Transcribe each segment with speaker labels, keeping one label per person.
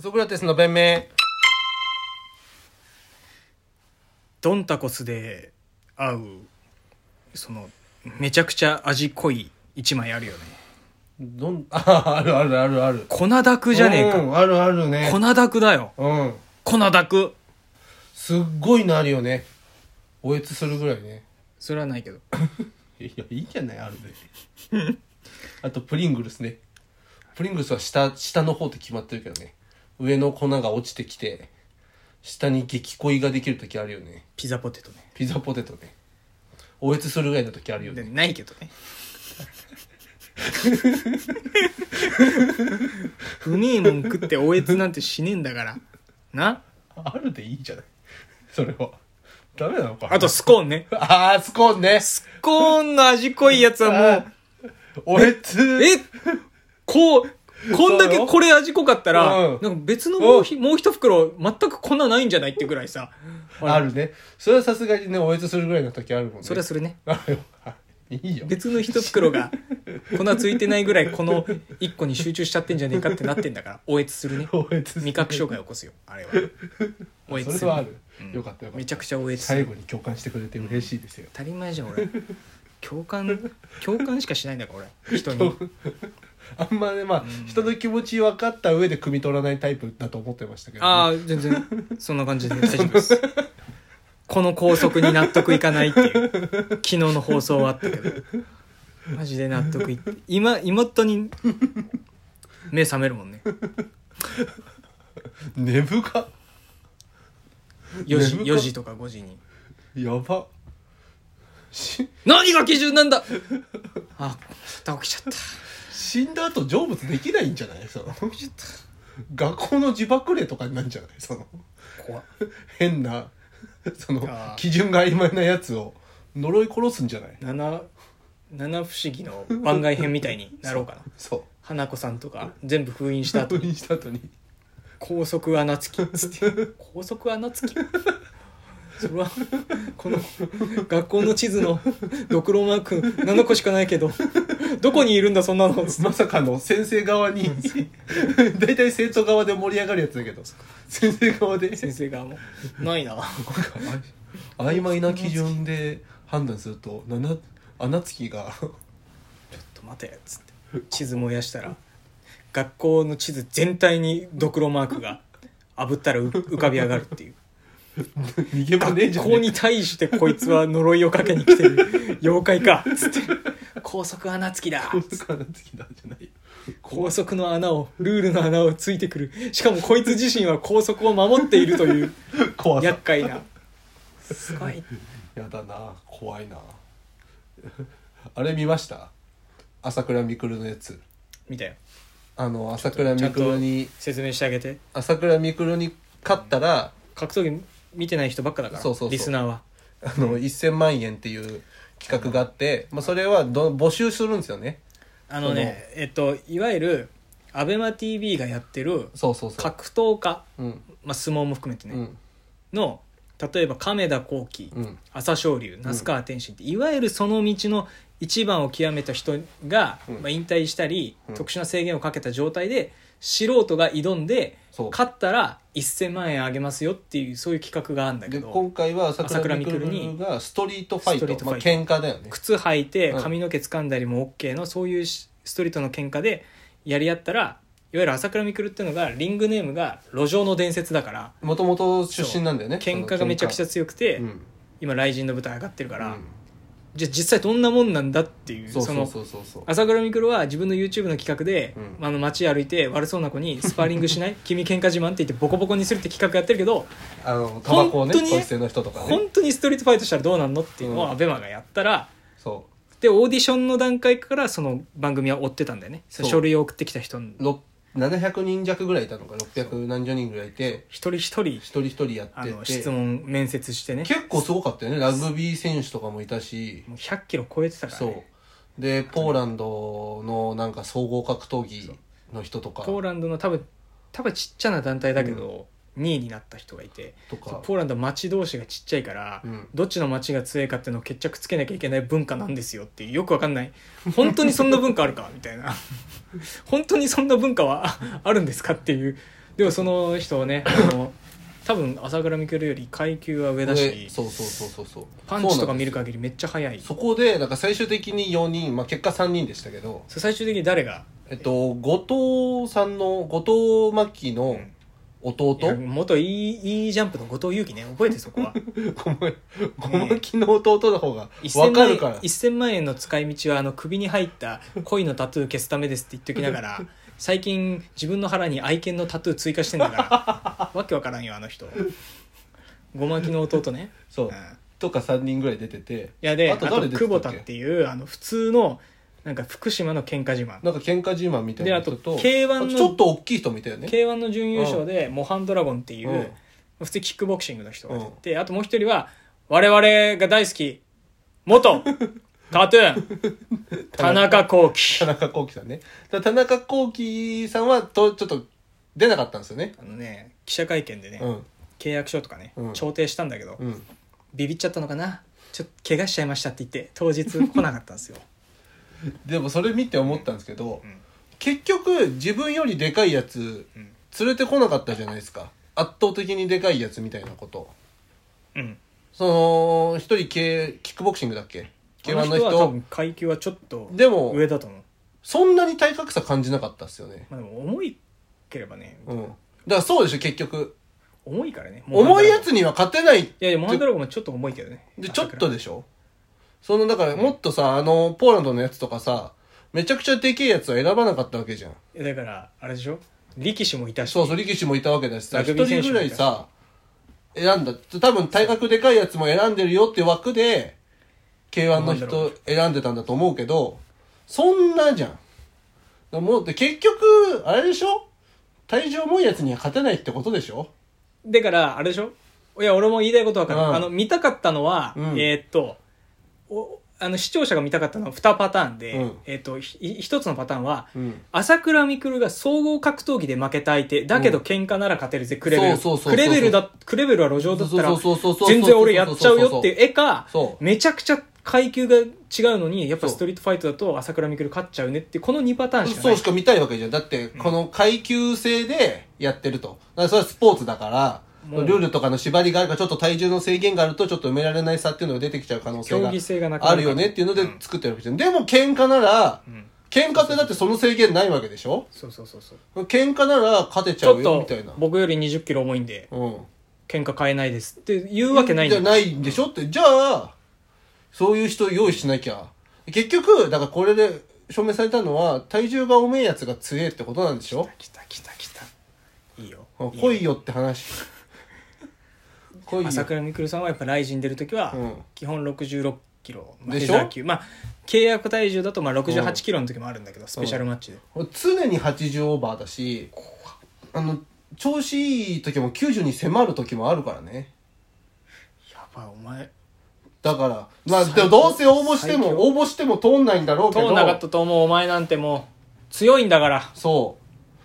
Speaker 1: ソクラテスの弁明
Speaker 2: ドンタコスで合うそのめちゃくちゃ味濃い一枚あるよね
Speaker 1: どん ああるあるあるある
Speaker 2: 粉だくじゃねえ
Speaker 1: う
Speaker 2: か
Speaker 1: んあるあるね
Speaker 2: 粉だくだよ
Speaker 1: うん
Speaker 2: 粉だく
Speaker 1: すっごいのあるよねおえつするぐらいね
Speaker 2: それはないけど
Speaker 1: いやいいじゃないあるで あとプリングルスねプリングルスは下下の方って決まってるけどね上の粉が落ちてきて下に激恋ができる時あるよね
Speaker 2: ピザポテトね
Speaker 1: ピザポテトねおえつするぐらいの時あるよ
Speaker 2: で
Speaker 1: ね
Speaker 2: ないけど ねうめえもん食っておえつなんてしねえんだからな
Speaker 1: あるでいいじゃないそれはダメなのか
Speaker 2: あとスコーンね
Speaker 1: あースコーンね
Speaker 2: スコーンの味濃いやつはもう
Speaker 1: おえつ
Speaker 2: えこうこんだけこれ味濃かったら、
Speaker 1: うん
Speaker 2: なんか別のもうひもう一袋全く粉ないんじゃないってぐらいさ
Speaker 1: あるねそれはさすがにねおえつするぐらいの時あるもんね
Speaker 2: それはそれね
Speaker 1: あるよはいいいよ
Speaker 2: 別の一袋が粉ついてないぐらいこの一個に集中しちゃってんじゃねえかってなってんだからおえつするね
Speaker 1: おえつする
Speaker 2: 味覚障害を起こすよあれはおえつする
Speaker 1: それはある、
Speaker 2: うん
Speaker 1: よかったよかった
Speaker 2: めちゃくちゃおえつす
Speaker 1: 最
Speaker 2: る
Speaker 1: 後に共感してくれて嬉しいですよ、
Speaker 2: 当たり前じゃん俺共感共感しかしないんだから俺人に
Speaker 1: あんまねまあ、人の気持ち分かった上で汲み取らないタイプだと思ってましたけど、
Speaker 2: ああ全然そんな感じで大丈夫ですこの校則に納得いかないっていう昨日の放送はあったけどマジで納得いって今妹に目覚めるもんね
Speaker 1: ねぶが
Speaker 2: 4時
Speaker 1: 眠か
Speaker 2: 4時とか5時に
Speaker 1: やばし
Speaker 2: 何が基準なんだあまた起きちゃった
Speaker 1: 死んだ後成仏できないんじゃないその
Speaker 2: 起きちゃっ
Speaker 1: 学校の自爆例とかになるんじゃないその
Speaker 2: た怖っ
Speaker 1: 変な その
Speaker 2: あー
Speaker 1: 基準が曖昧なやつを呪い殺すんじゃない
Speaker 2: 七七不思議の番外編みたいになろうかな
Speaker 1: そう
Speaker 2: 花子さんとか全部封印した後
Speaker 1: 封
Speaker 2: に
Speaker 1: 印した後に
Speaker 2: 高速穴つきっつって高速穴つきそれはこの学校の地図のドクロマーク7個しかないけどどこにいるんだそんなのっつって
Speaker 1: まさかの先生側に 大体生徒側で盛り上がるやつだけど先生側で
Speaker 2: 先生がもうないな
Speaker 1: 曖昧な基準で判断すると七穴つきが
Speaker 2: ちょっと待てっつって地図燃やしたら学校の地図全体にドクロマークが炙ったらう浮かび上がるっていう
Speaker 1: 逃げ場ねえじゃ
Speaker 2: 学
Speaker 1: ん
Speaker 2: 校に対してこいつは呪いをかけに来てる妖怪かっつって高速穴つきだ
Speaker 1: 高速穴つきだじゃないよ
Speaker 2: 高速の穴をルールの穴をついてくるしかもこいつ自身は高速を守っている という
Speaker 1: 怖さ
Speaker 2: 厄介なすごい
Speaker 1: やだな怖いなあれ見ました朝倉未来のやつ
Speaker 2: みたいな
Speaker 1: あの朝倉未来に
Speaker 2: 説明してあげて
Speaker 1: 朝倉未来に勝ったら
Speaker 2: 格闘技見てない人ばっかだから
Speaker 1: そうそうそう
Speaker 2: リスナーは
Speaker 1: あの1000万円っていう企画があって、まあ、それはど募集するんですよね
Speaker 2: あのねえっといわゆる ABEMATV がやってる
Speaker 1: そうそうそう
Speaker 2: 格闘家、
Speaker 1: うん
Speaker 2: まあ、相撲も含めてね、
Speaker 1: うん
Speaker 2: の例えば亀田光輝、
Speaker 1: うん
Speaker 2: 朝青龍那須川天心って、いわゆるその道の一番を極めた人が、
Speaker 1: うん
Speaker 2: まあ、引退したり、
Speaker 1: うん
Speaker 2: 特殊な制限をかけた状態で素人が挑んで
Speaker 1: そう
Speaker 2: 勝ったら1,000万円あげますよっていうそういう企画があるんだけ
Speaker 1: で
Speaker 2: ど
Speaker 1: 今回は朝
Speaker 2: 朝
Speaker 1: 倉
Speaker 2: 倉
Speaker 1: 未
Speaker 2: 未来
Speaker 1: 来
Speaker 2: に
Speaker 1: がストリートファイ
Speaker 2: スト
Speaker 1: ト
Speaker 2: リートフ
Speaker 1: ま
Speaker 2: ァ
Speaker 1: あ
Speaker 2: イト
Speaker 1: 喧嘩だよね
Speaker 2: 靴履いて
Speaker 1: うん
Speaker 2: 髪の毛掴んだりも OK のそういうしストリートの喧嘩でやり合ったらいわゆる朝倉未来っていうのがリングネームが「路上の伝説」だから
Speaker 1: もともと出身なんだよね
Speaker 2: 喧嘩がめちゃくちゃ強く
Speaker 1: ゃ
Speaker 2: て、
Speaker 1: うん
Speaker 2: 今雷神の舞台上がってるから。
Speaker 1: うん
Speaker 2: じゃあ実際どんなもんなんだっていう
Speaker 1: そう
Speaker 2: そ
Speaker 1: そう
Speaker 2: の
Speaker 1: そうそうそう
Speaker 2: 朝倉未来は自分の YouTube の企画で、
Speaker 1: うん
Speaker 2: あの街歩いて悪そうな子 にスパーリングしない君喧嘩自慢って言ってボコボコにするって企画やってるけど
Speaker 1: あのタバコをね
Speaker 2: 本当にね
Speaker 1: ポイ捨ての人とかね
Speaker 2: 本当にストリートファイトしたらどうなんのっていうの
Speaker 1: う
Speaker 2: を
Speaker 1: ん
Speaker 2: アベマがやったら
Speaker 1: そ
Speaker 2: でオーディションの段階からその番組は追ってたんだよねその
Speaker 1: そう
Speaker 2: 書類を送ってきた人の
Speaker 1: うろ700人弱ぐらいいたのか600何十人ぐらいいて
Speaker 2: 一人一人
Speaker 1: 一人一人やっ
Speaker 2: あ
Speaker 1: て
Speaker 2: の
Speaker 1: て
Speaker 2: 質問面接してね
Speaker 1: 結構すごかったよねラグビー選手とかもいたし
Speaker 2: もう100キロ超えてたから、
Speaker 1: そ
Speaker 2: ね、
Speaker 1: うでポーランドのなんか総合格闘技の人とか
Speaker 2: ポーランドの多分多分ちっちゃな団体だけど、2位になった人がいて
Speaker 1: とか
Speaker 2: ポーランドは町同士がちっちゃいから、
Speaker 1: うん
Speaker 2: どっちの町が強いかっていうのを決着つけなきゃいけない文化なんですよっていうよくわかんない 本当にそんな文化あるかみたいな本当にそんな文化はああるんですかっていうでもその人はねあの多分朝倉未来より階級は上だ
Speaker 1: で
Speaker 2: し
Speaker 1: そうそうそうそうそう
Speaker 2: パンチとか見
Speaker 1: る
Speaker 2: る限りめっちゃ速い
Speaker 1: そこでなんか最終的に4人、まあ、結果3人でしたけど、
Speaker 2: そう最終的に誰が
Speaker 1: えっと、後藤さんの後藤真希
Speaker 2: う
Speaker 1: の
Speaker 2: ん
Speaker 1: 弟、
Speaker 2: いや元いいいいジャンプの後藤祐樹ね覚えてそこは
Speaker 1: ごめん小牧の弟の方が
Speaker 2: 1000
Speaker 1: 分か
Speaker 2: 万円
Speaker 1: るから
Speaker 2: 1000万円の使い道はあの首に入った恋のタトゥー消すためですって言っときな がら最近自分の腹に愛犬のタトゥー追加してんだからわけわからんよあの人ごまきの弟ね、、
Speaker 1: そううん
Speaker 2: い
Speaker 1: とか3人ぐらい出てて
Speaker 2: やであ
Speaker 1: あと
Speaker 2: と
Speaker 1: 誰出てたっけ
Speaker 2: 久保田っていうあの普通のなんか福島の喧嘩自慢
Speaker 1: なんか喧嘩自慢みたい
Speaker 2: で
Speaker 1: な
Speaker 2: あ
Speaker 1: 人
Speaker 2: と
Speaker 1: と
Speaker 2: k
Speaker 1: あ
Speaker 2: 1
Speaker 1: と
Speaker 2: の
Speaker 1: ちょっと大きい人もいたよね
Speaker 2: k 1の準優勝でモハンドラゴンっていう、
Speaker 1: うん
Speaker 2: 普通にキックボクシングの人が出て、あともう一人は我々が大好き元タトゥー ン田中幸喜
Speaker 1: 田中幸喜さんねだから田中幸喜さんはとちょっと出なかったんですよね
Speaker 2: あのね記者会見でね、
Speaker 1: うん
Speaker 2: 契約書とかね、
Speaker 1: うん
Speaker 2: 調停したんだけど、
Speaker 1: うん
Speaker 2: ビビっちゃったのかなちょっと怪我しちゃいましたって言って当日来なかったんですよ
Speaker 1: でもそれ見て思ったんですけど、
Speaker 2: うん
Speaker 1: 結局自分よりでかいやつ
Speaker 2: うん
Speaker 1: 連れてこなかったじゃないですか圧倒的にでかいやつみたいなこと
Speaker 2: うん
Speaker 1: その一人 K キックボクシングだっけ k
Speaker 2: あ
Speaker 1: 1の
Speaker 2: の人
Speaker 1: 人
Speaker 2: は多分階級はちょっと
Speaker 1: でも
Speaker 2: 上だと思う、
Speaker 1: そんなに体格差感じなかったっすよね
Speaker 2: まあ、でも重いければね
Speaker 1: うんだからそうでしょ結局
Speaker 2: 重いからね
Speaker 1: 重いや
Speaker 2: い
Speaker 1: つには勝てない
Speaker 2: やいやモハンドラゴンもちょっと重いけどね
Speaker 1: でちょっとでしょそのだからもっとさあのポーランドのやつとかさめちゃくちゃでけえやつは選ばなかったわけじゃん
Speaker 2: いやだからあれでしょ力士もいたし
Speaker 1: そうそう力士もいたわけだしさ
Speaker 2: ラ
Speaker 1: 一
Speaker 2: グビー
Speaker 1: 人
Speaker 2: 選手
Speaker 1: ぐらいさ選んだ多分体格でかいやつも選んでるよって枠で k 1の
Speaker 2: なんだろ
Speaker 1: 人
Speaker 2: う
Speaker 1: 選んでたんだと思うけどそんなじゃんだからもうで結局あれでしょ体重重いやつには勝てないってことでしょ
Speaker 2: だからあれでしょいや俺も言いたいことわかる、
Speaker 1: うん
Speaker 2: あの見たかったのは、
Speaker 1: うん
Speaker 2: えーっとおあの視聴者が見たかったのは2パターンで、
Speaker 1: うん
Speaker 2: えーっとひ1つのパターンは、
Speaker 1: うん
Speaker 2: 朝倉未来が総合格闘技で負けた相手だけど喧嘩なら勝てるぜクレベル
Speaker 1: そうそうそうそう
Speaker 2: クレベルだクレベルは路上だったら
Speaker 1: そうそうそうそうそうそうそうそう
Speaker 2: 全然俺やっちゃうよっていう絵か
Speaker 1: そう
Speaker 2: めちゃくちゃ階級が違うのにやっぱ
Speaker 1: そう
Speaker 2: ストリートファイトだと朝倉未来勝っちゃうねっていうこの2パターンしかな
Speaker 1: そう
Speaker 2: い
Speaker 1: しか見たいわけじゃんだってこの階級制でやってるとだからそれはスポーツだから
Speaker 2: もう
Speaker 1: ルールとかの縛りがあるからちょっと体重の制限があるとちょっと埋められない差っていうのが出てきちゃう可能性
Speaker 2: 競
Speaker 1: が
Speaker 2: 技性がなくな
Speaker 1: あるよねっていうので
Speaker 2: ん
Speaker 1: 作ってるわけじゃん、でも喧嘩なら
Speaker 2: うん
Speaker 1: 喧嘩ってだってその制限ないわけでしょ
Speaker 2: そうそうそうそう
Speaker 1: 喧嘩なら勝てち
Speaker 2: ち
Speaker 1: ゃ
Speaker 2: ょ
Speaker 1: う
Speaker 2: っ
Speaker 1: よ
Speaker 2: と
Speaker 1: みたいな
Speaker 2: 僕より2 0キロ重いんで
Speaker 1: うん
Speaker 2: 喧嘩買えないですって言うわけないん
Speaker 1: じ
Speaker 2: だ
Speaker 1: ゃな
Speaker 2: よ
Speaker 1: いんでしょってじゃあそういう人用意しなきゃ結局だからこれで証明されたのは体重が重いやつが強えってことなんでしょ
Speaker 2: 来た来た来たいいよ
Speaker 1: 来いよって話 来いよ
Speaker 2: 朝倉未来さんはやっぱライジン出る時は
Speaker 1: うん
Speaker 2: 基本66キロ、まあ
Speaker 1: でしょ
Speaker 2: フェザー級まあ契約体重だとまあ68キロの時もあるんだけど、スペシャルマッチで、
Speaker 1: 常に80オーバーだしあの調子いい時も90に迫る時もあるからね
Speaker 2: やばいお前
Speaker 1: だから、まあ、でもどうせ応募して
Speaker 2: 最
Speaker 1: も、
Speaker 2: 強
Speaker 1: 応募しても通んないんだろうけ
Speaker 2: 通
Speaker 1: ど、
Speaker 2: んなかったと思うお前なんてもう強いんだから
Speaker 1: そ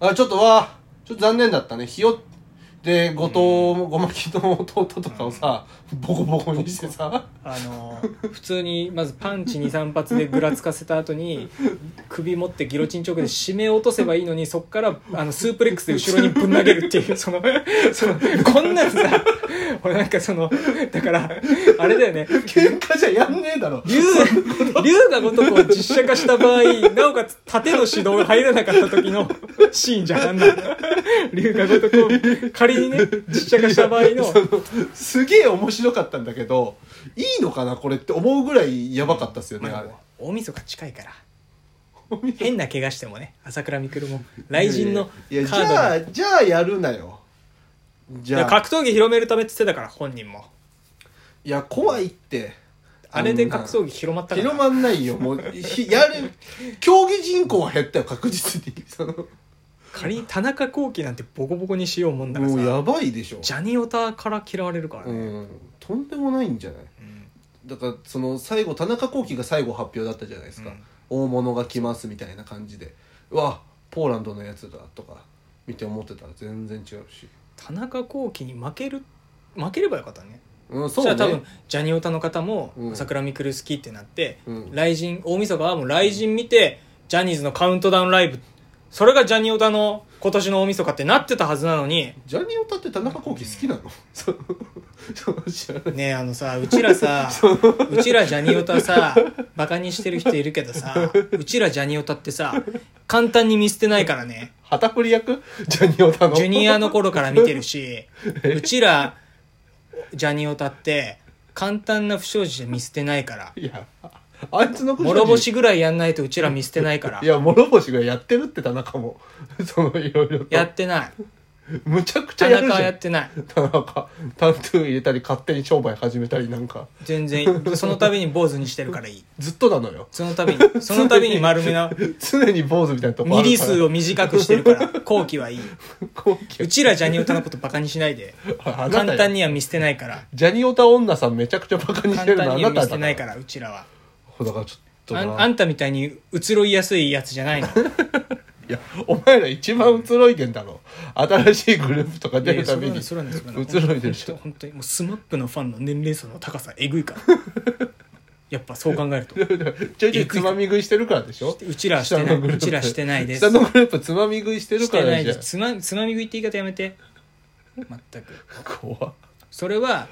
Speaker 1: う。あ、ちょっとわ、ちょっと残念だったね。ひよで、後藤、ごまきの弟とかをさ、ボコボコにしてさ、
Speaker 2: あのー普通にまずパンチ23発でぐらつかせた後に首持ってギロチンチョークで締め落とせばいいのにそっからあのスープレックスで後ろにぶん投げるっていうそのそのこんなのさ俺なんかそのだからあれだよね
Speaker 1: 喧嘩じゃやんねえだろ。
Speaker 2: 竜竜が如くを実写化した場合なおかつ縦の指導が入らなかった時のシーンじゃんあんなの竜が如くを仮にね実写化した場合の
Speaker 1: すげえ面白かったんだけど、いいのかなこれって思うぐらいやばかったっすよね、あれ。
Speaker 2: 大晦日近いから変な怪我してもね朝倉未来も雷神のカ
Speaker 1: いやい
Speaker 2: ー
Speaker 1: や
Speaker 2: ド
Speaker 1: いや
Speaker 2: に
Speaker 1: じゃあ、じゃあやるなよ。じ
Speaker 2: いや
Speaker 1: ゃあ、
Speaker 2: 格闘技広めるためって言ってたから本人も
Speaker 1: いや、怖いって。
Speaker 2: あれで
Speaker 1: んな
Speaker 2: 格闘技広まったから
Speaker 1: 広まんないよもうひやる競技人口は減ったよ確実にその
Speaker 2: 仮に田中幸喜なんてボコボコにしようもんだから
Speaker 1: もうや
Speaker 2: さ
Speaker 1: ばいでしょ
Speaker 2: ジャニオタから嫌われるから
Speaker 1: う
Speaker 2: ね、
Speaker 1: んとんでもないんじゃない
Speaker 2: うん
Speaker 1: だからその最後田中幸喜が最後発表だったじゃないですか、
Speaker 2: うん
Speaker 1: 大物が来ますみたいな感じでうわポーランドのやつだとか見て思ってたら全然違うし、
Speaker 2: 田中幸喜に負ける負ければよかったね
Speaker 1: うん、そ
Speaker 2: そした
Speaker 1: う
Speaker 2: ら多
Speaker 1: ね
Speaker 2: 分ジャニオタの方も
Speaker 1: うん
Speaker 2: 朝倉未来好きってなって、
Speaker 1: うん
Speaker 2: 雷神大晦日はもう雷神見てジャニーズのカウントダウンライブそれがジャニオタの今年の大晦日ってなってたはずなのに
Speaker 1: ジャニオタって田中幸喜好きなの、 そうそう知らない
Speaker 2: ねえあのさうちらさうちらジャニオタさバカにしてる人いるけどさうちらジャニオタってさ簡単に見捨てないからね
Speaker 1: 旗振り役 ジャニオタの
Speaker 2: ジュニアの頃から見てるしうちらジャニオタって簡単な不祥事で見捨てないか ら
Speaker 1: いやあいつのこと
Speaker 2: 諸星ぐらいやんないとうちら見捨てないから
Speaker 1: いや諸星がやってるって田中も そのいろいろと
Speaker 2: やってない
Speaker 1: むちゃくちゃ
Speaker 2: 田
Speaker 1: やるじ
Speaker 2: 中は
Speaker 1: ゃ
Speaker 2: や
Speaker 1: ん
Speaker 2: ってない
Speaker 1: 田中タトゥー入れたり勝手に商売始めたりなんか
Speaker 2: 全然その度に坊主にしてるからいい
Speaker 1: ずっとなのよ
Speaker 2: その度にその度に丸めな
Speaker 1: 常に坊主みたいなとこあ
Speaker 2: ミ
Speaker 1: る
Speaker 2: リ
Speaker 1: か
Speaker 2: 数
Speaker 1: ら
Speaker 2: を短くしてるから後期はいい
Speaker 1: 後期
Speaker 2: うちらジャニオタのことバカにしないで
Speaker 1: あなたよ
Speaker 2: 簡単には見捨てないから
Speaker 1: ジャニオタ女さんめちゃくちゃバカにして
Speaker 2: 簡
Speaker 1: るのあ
Speaker 2: 単
Speaker 1: な
Speaker 2: には
Speaker 1: た
Speaker 2: 見
Speaker 1: だ
Speaker 2: 捨てないからうちらは
Speaker 1: だからちょっと
Speaker 2: あん
Speaker 1: な
Speaker 2: あんたみたいに移ろいやすいやつじゃ ないの
Speaker 1: いやお前ら一番移ろいでんだろ新しいグループとか
Speaker 2: い
Speaker 1: 出
Speaker 2: やいや
Speaker 1: るたびに
Speaker 2: それはないそれはない
Speaker 1: 移ろいでるし
Speaker 2: 本当にもうスマップのファンの年齢層の高さえぐいから やっぱそう考えると
Speaker 1: ちょいちょいつまみ食いしてるからでしょ
Speaker 2: うちらはしてな
Speaker 1: 下のグル
Speaker 2: い
Speaker 1: ー
Speaker 2: う
Speaker 1: プ
Speaker 2: ちらはしてないです
Speaker 1: 下のグループつまみ食いしてる
Speaker 2: し
Speaker 1: か
Speaker 2: てな
Speaker 1: ら
Speaker 2: い
Speaker 1: じゃ
Speaker 2: で
Speaker 1: ん
Speaker 2: すつまつまみ食いって言い方やめて全く
Speaker 1: 怖っ
Speaker 2: それは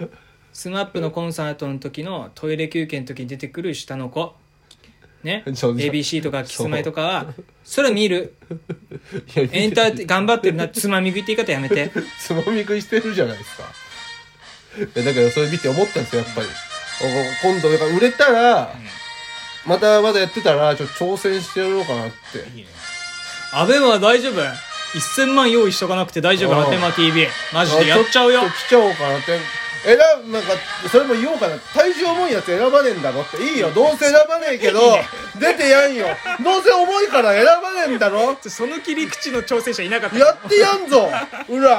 Speaker 2: スマップのコンサートの時のトイレ休憩の時に出てくる下の子ね
Speaker 1: そうそう
Speaker 2: ABC とかキスマイとかはそれ見る
Speaker 1: いや
Speaker 2: エンターテ頑張ってるなつまみ食いって言い方やめて
Speaker 1: つまみ食いしてるじゃないですかいやだからそれ見て思ったんですよやっぱりお今度だから売れたら、またまだやってたらちょっと挑戦してやろうかなって
Speaker 2: いいねアベマは大丈夫1000万用意しとかなくて大丈夫
Speaker 1: ああ
Speaker 2: アベマ TV マジでやっちゃう
Speaker 1: あ
Speaker 2: よ
Speaker 1: ちょっと来ちゃおうかなって選ぶなんかそれも言おうかな体重重いやつ選ばねえんだろっていいよどうせ選ばねえけど出てやんよどうせ重いから選ばねえんだろ
Speaker 2: その切り口の挑戦者いなかった
Speaker 1: やってやんぞ裏